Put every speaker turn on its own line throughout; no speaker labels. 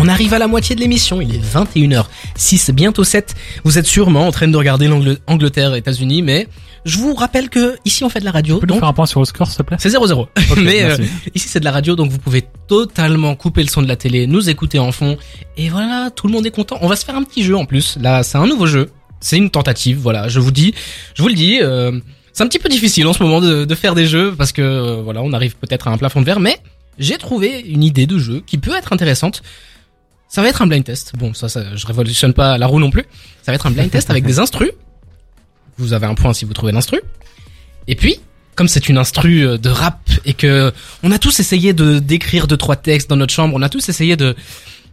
On arrive à la moitié de l'émission, il est 21h06, bientôt 7. Vous êtes sûrement en train de regarder l'Angle- Angleterre et États-Unis, mais je vous rappelle que ici on fait de la radio,
Tu peux nous
donc
faire un point sur le score, s'il te plaît
c'est 0-0.
Ok,
mais euh,
merci.
ici c'est de la radio, donc vous pouvez totalement couper le son de la télé, nous écouter en fond, et voilà, tout le monde est content. On va se faire un petit jeu en plus. Là, c'est un nouveau jeu, c'est une tentative. Voilà, je vous dis, je vous le dis. euh, c'est un petit peu difficile en ce moment de, de faire des jeux parce que euh, voilà, on arrive peut-être à un plafond de verre, mais j'ai trouvé une idée de jeu qui peut être intéressante. Ça va être un blind test. Bon, ça, ça je révolutionne pas la roue non plus. Ça va être un blind test avec des instrus. Vous avez un point si vous trouvez l'instru. Et puis, comme c'est une instru euh, de rap et que on a tous essayé de d'écrire deux trois textes dans notre chambre, on a tous essayé de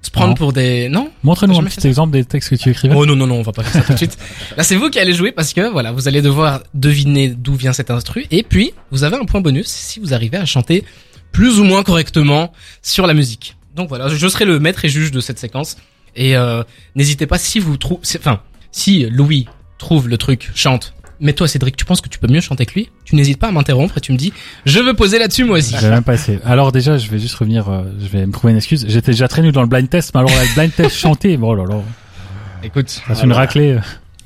se prendre
Non.
pour des non
Montre-nous
J'ai
un
jamais fait
petit
ça.
exemple des textes que tu écrivais.
Oh non non non, on va pas faire ça tout de suite. Là, c'est vous qui allez jouer parce que voilà, vous allez devoir deviner d'où vient cet instru et puis vous avez un point bonus si vous arrivez à chanter plus ou moins correctement sur la musique. Donc voilà, je serai le maître et juge de cette séquence et euh, n'hésitez pas si vous trouvez enfin si Louis trouve le truc, chante. Mais toi Cédric, tu penses que tu peux mieux chanter que lui Tu n'hésites pas à m'interrompre et tu me dis "Je veux poser là-dessus moi aussi."
J'ai même pas essayé. Alors déjà, je vais juste revenir, euh, je vais me trouver une excuse. J'étais déjà très nul dans le blind test, mais alors là, le blind test chanté, bon oh là là,
Écoute,
ça fait une raclée.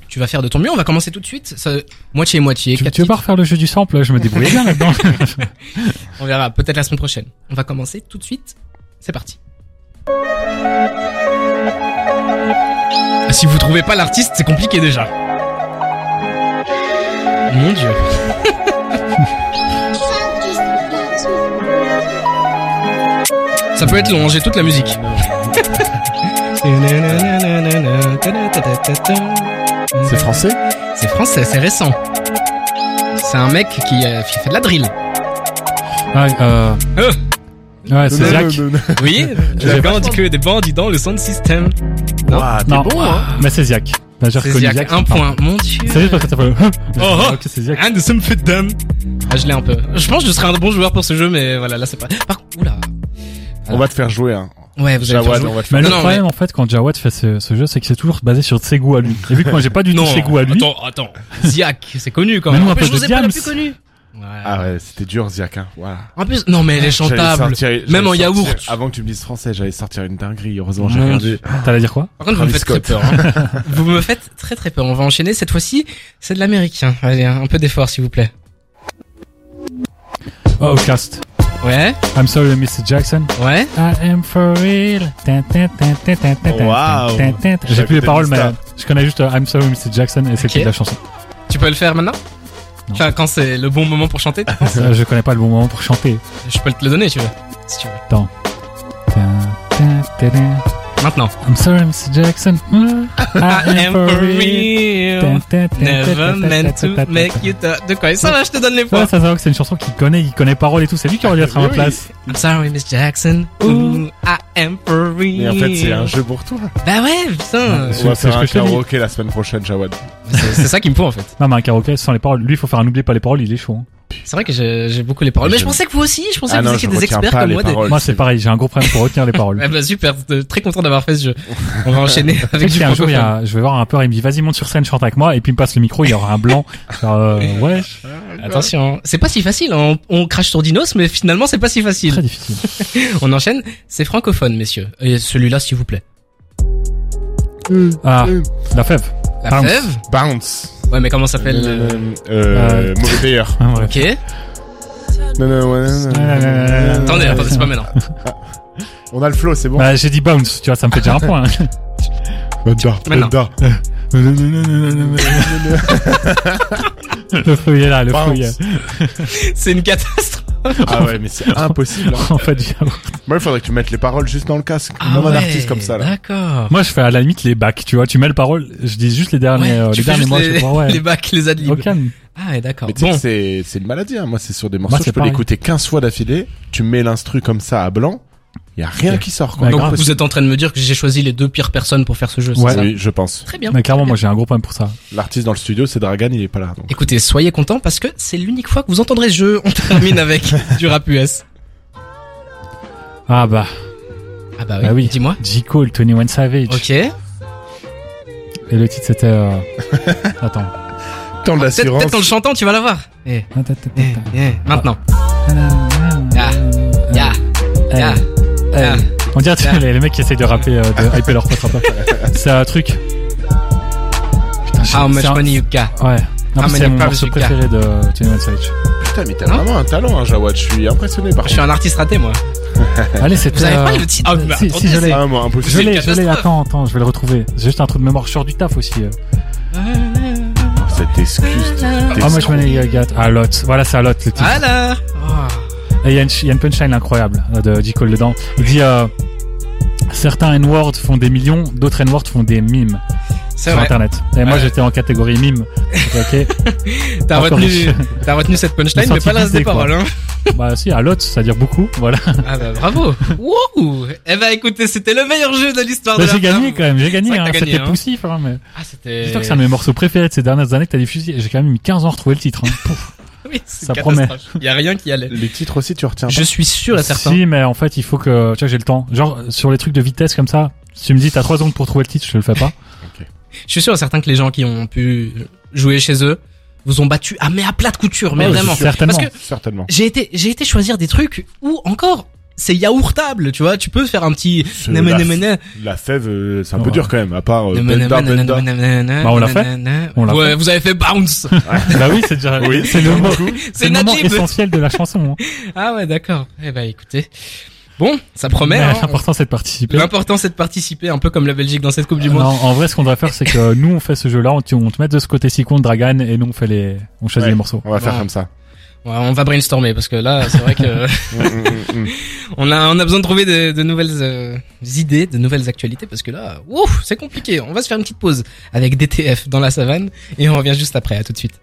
tu vas faire de ton mieux, on va commencer tout de suite. Ça, moitié moitié,
Tu,
quatre
tu veux
titres.
pas refaire le jeu du sample Je me débrouille bien là-dedans.
On verra peut-être la semaine prochaine. On va commencer tout de suite. C'est parti. Ah, Si vous trouvez pas l'artiste, c'est compliqué déjà. Mon dieu. Ça peut être long, hein, j'ai toute la musique.
C'est français
C'est français, c'est récent. C'est un mec qui, euh, qui fait de la drill.
Ouais, euh...
Euh.
ouais c'est Zach.
Oui,
l'as
j'ai
pas
bandit que des bandits dans le sound system. Non.
Ouah, t'es
Non,
bon, hein
mais c'est Ziac. Bah, j'ai
C'est
reconnu
Ziak,
Ziac.
Ah, un point, mon dieu.
C'est juste parce que t'as fait le... hein.
Oh, oh.
Ok, c'est Ziac.
Un de some fait d'âme. Ah, je l'ai un peu. Je pense que je serais un bon joueur pour ce jeu, mais voilà, là c'est pas. Par contre, oula.
On va te faire jouer, hein.
Ouais, vous allez
Jawad,
faire jouer.
on va te
Mais
faire
le
Non, non,
problème en fait quand Jawad fait ce, ce jeu c'est que c'est toujours basé sur ses goûts à lui. Et vu que moi j'ai pas du tout ses goûts à lui,
attends, attends. Ziak, c'est connu quand
Mais
même.
nous,
En
un
plus,
peu
je vous
de
ai pas la
Diams.
plus connue. Ouais.
Ah ouais, c'était dur, Ziak, hein. Voilà.
En plus, non mais elle est
J'allais
chantable.
sortir- j'allais
Même en
sortir-
yaourt.
Avant que tu me dises français, j'allais sortir une dinguerie. Heureusement, j'ai
Mon
regardé.
t'allais dire quoi
Par contre, vous me faites
Travis
très peur. hein. vous me faites très très peur. On va enchaîner. Cette fois-ci, c'est de l'américain. Allez, hein, un peu d'effort, s'il vous plaît.
Oh, cast.
Ouais,
I'm sorry, Mr. Jackson.
ouais.
I am for real. Tin, tin, tin, tin, tin, tin, tin,
Wow.
tin, tin, tin. J'ai plus les paroles, mais euh, je connais juste euh, I'm sorry, Mr. Jackson et c'est
Ok.
toute la chanson.
Tu peux le faire maintenant
Non.
Enfin, quand c'est le bon moment pour chanter, tu penses
Euh, Je connais pas le bon moment pour chanter.
je peux te le donner, tu veux. Si tu veux.
Tin, tin, tin, tin.
Maintenant.
I'm sorry, Mr. Jackson. Mm. I am for real. Tin,
real.
tin, tin,
Never
tin, tin, tin,
meant
tin,
to
tin,
make
tin.
you ta- De quoi Ça va, je te donne les
Ouais,
points.
ça, ça va que c'est une chanson qu'il connaît, il connaît paroles et tout. C'est lui qui aurait dû être à ma
Oui.
place.
I'm sorry, Miss Jackson. Ooh, I am for real.
Mais en fait, c'est un jeu pour toi.
Bah ouais, putain.
C'est-
On va
c'est
faire
ce
un
que je te dis.
karaoké la semaine prochaine, Jawad.
C'est c'est ça qui me faut en fait.
Non, mais un karaoké sans les paroles. Lui, il faut faire un oubli par les paroles, il est chaud. hein.
C'est vrai que j'ai j'ai beaucoup les paroles.
Mais
Mais
je-
je pensais que vous aussi, je pensais
Ah
que vous
non,
étiez
je
des
retiens
experts
pas
comme
les
moi. des-
paroles.
Moi, c'est pareil, j'ai un gros problème pour retenir les paroles.
Ah bah super, euh, très content d'avoir fait ce jeu. On va enchaîner avec
Peut-être
du
qu'un jour, il y
francophone.
a- je vais voir un peur, il me dit vas-y monte sur scène, chante avec moi, et puis il me passe le micro, il y aura un blanc. Genre, euh, ouais,
Attention, c'est pas si facile. hein. On, on crache sur Dinos, mais finalement c'est pas si facile.
très difficile.
On enchaîne. C'est francophone, messieurs. Et celui-là, s'il vous plaît.
Ah, la fève.
La
Bounce.
fève
Bounce.
Ouais, mais comment ça s'appelle le-
Euh, Mauvais payeur.
Ah, bref.
Ok.
Non, non, ouais, non, non,
Ah, là, là, là, là, là.
Attendez, attendez, c'est pas maintenant.
On a le flow, c'est bon.
Bah, j'ai dit bounce, tu vois, ça me fait déjà un point. hein.
Banda,
Maintenant.
banda.
le feu, il est là, le feu, il est
Bounce.
là.
C'est une catastrophe.
Ah ouais, mais c'est impossible. hein.
En fait, j'ai-
Moi, il faudrait que tu mettes les paroles juste dans le casque.
Ah
Même un artiste comme ça, là.
D'accord.
moi, je fais à la limite les bacs, tu vois, tu mets le parole, je dis juste les derniers,
Ouais,
euh,
tu
les
fais
derniers
juste
mois, je
les,
crois, ouais.
les bacs, les adlibs.
Au calme.
Ah ouais, d'accord.
Mais tu sais
Bon,
que c'est, c'est une maladie, hein. Moi, c'est sur des morceaux,
c'est
je peux
pareil.
l'écouter 15 fois d'affilée. Tu mets l'instru comme ça à blanc. Il y a rien
Ok.
qui sort, quoi.
Bah,
donc
grave.
vous êtes en train de me dire que j'ai choisi les deux pires personnes pour faire ce jeu. c'est
Ouais.
ça
Oui, je pense.
Très bien.
Mais clairement, moi, j'ai un gros problème pour ça.
L'artiste dans le studio, c'est Dragan, il est pas là. Donc.
Écoutez, soyez contents parce que c'est l'unique fois que vous entendrez ce jeu. On termine avec du rap US.
Ah, bah,
Ah bah oui.
Bah oui.
Dis-moi.
J. Cole, 21 Savage.
Ok.
Et le titre, c'était, euh... attends. Ah,
Tant de
Peut-être peut-être en le chantant, tu vas l'avoir. Eh, eh, eh, Maintenant. Ya, ya, ya,
Ah.
ya.
On dirait tu sais, les, les mecs qui essayent de rapper, euh, de
Ah.
hyper leur pote rappeur. C'est un truc. Putain, je-
How Ah, much
c'est un-
money you got?
Ouais. En
How
plus,
many
c'est mon
pubs
morceau
you got
préféré de Tony One Savage.
Putain, mais t'as
Hein
vraiment un talent, hein, Jawad. Je suis impressionné par
Je suis un artiste raté, moi.
Allez, c'était.
Vous avez pas
euh,
le titre Ah, mais
si,
attendez,
si, je l'ai.
Ah, moi, impossible.
Je
c'est une
l'ai, je l'ai.
catastrophe.
Attends, attends, je vais le retrouver. C'est juste un truc de mémoire. Je sors du taf aussi. euh.
Cette excuse.
How much money you got? Ah, Lot. Voilà, c'est à Lot, le titre.
Voilà. Ah, Oh.
Et il y, a une ch- il y a une punchline incroyable euh, de J. Cole dedans. Il dit euh, Certains N-words font des millions, d'autres N-words font des mimes
C'est
sur
vrai.
Internet. Et moi,
Ouais.
j'étais en catégorie mime. Donc,
T'as
Encore
retenu,
une-
t'as retenu cette punchline,
Je me
mais pas le
sentis
reste des
visé, quoi.
paroles, hein.
ok. bah, si, à lot, c'est-à-dire beaucoup. Voilà.
Ah bah bravo. Wouh. Eh bah écoutez, c'était le meilleur jeu de l'histoire
Bah,
de la
j'ai gagné quand même, j'ai gagné.
C'est vrai
hein.
que t'as gagné,
C'était
hein.
poussif. Hein, mais...
Ah, c'était.
Dis-toi que c'est un de mes morceaux préférés de ces dernières années que t'as diffusé. J'ai quand même mis 15 ans à retrouver le titre. hein. Pouf.
Oui, c'est
Ça
une
promet.
catastrophe. Il y a rien qui allait.
Les titres aussi, tu retiens.
Je suis sûr et certain.
Si, mais en fait, il faut que. Tu vois, j'ai le temps. Genre, sur les trucs de vitesse comme ça, si tu me dis t'as 3 secondes pour trouver le titre, je te le fais pas.
Je suis sûr et certain que les gens qui ont pu jouer chez eux vous ont battu ah mais à plat de couture mais
Ouais,
vraiment
c'est sûr.
parce que
Certainement.
Certainement.
j'ai été j'ai été choisir des trucs où encore c'est yaourtable tu vois tu peux faire un petit
Ce-
Nama,
la-
nama, nama,
La fève, euh, c'est un peu
Ouais.
dur quand même, à part euh,
nama,
Benda,
nama,
Benda.
nama, nama, nama,
Bah, on l'a fait.
nama.
On l'a
ouais vous avez fait bounce
bah oui, c'est déjà.
Oui.
c'est le mot.
C'est
le moment
Najib.
essentiel de la chanson. Hein.
ah ouais d'accord eh ben écoutez bon ça promet
Mais
hein.
L'important, c'est de participer.
l'important c'est de participer un peu comme la Belgique dans cette coupe du
Non,
monde
en vrai, ce qu'on doit faire, c'est que nous, on fait ce jeu-là, on, te- on te met de ce côté-ci contre Dragan, et nous, on fait les, on choisit
Ouais.
les morceaux.
On va faire
Bon.
comme ça.
Ouais, on va brainstormer parce que là c'est vrai que
Mm, mm, mm, mm.
On a, on a besoin de trouver de, de nouvelles euh, idées, de nouvelles actualités, parce que là, ouf, c'est compliqué. On va se faire une petite pause avec DTF dans la savane, et on revient juste après, à tout de suite.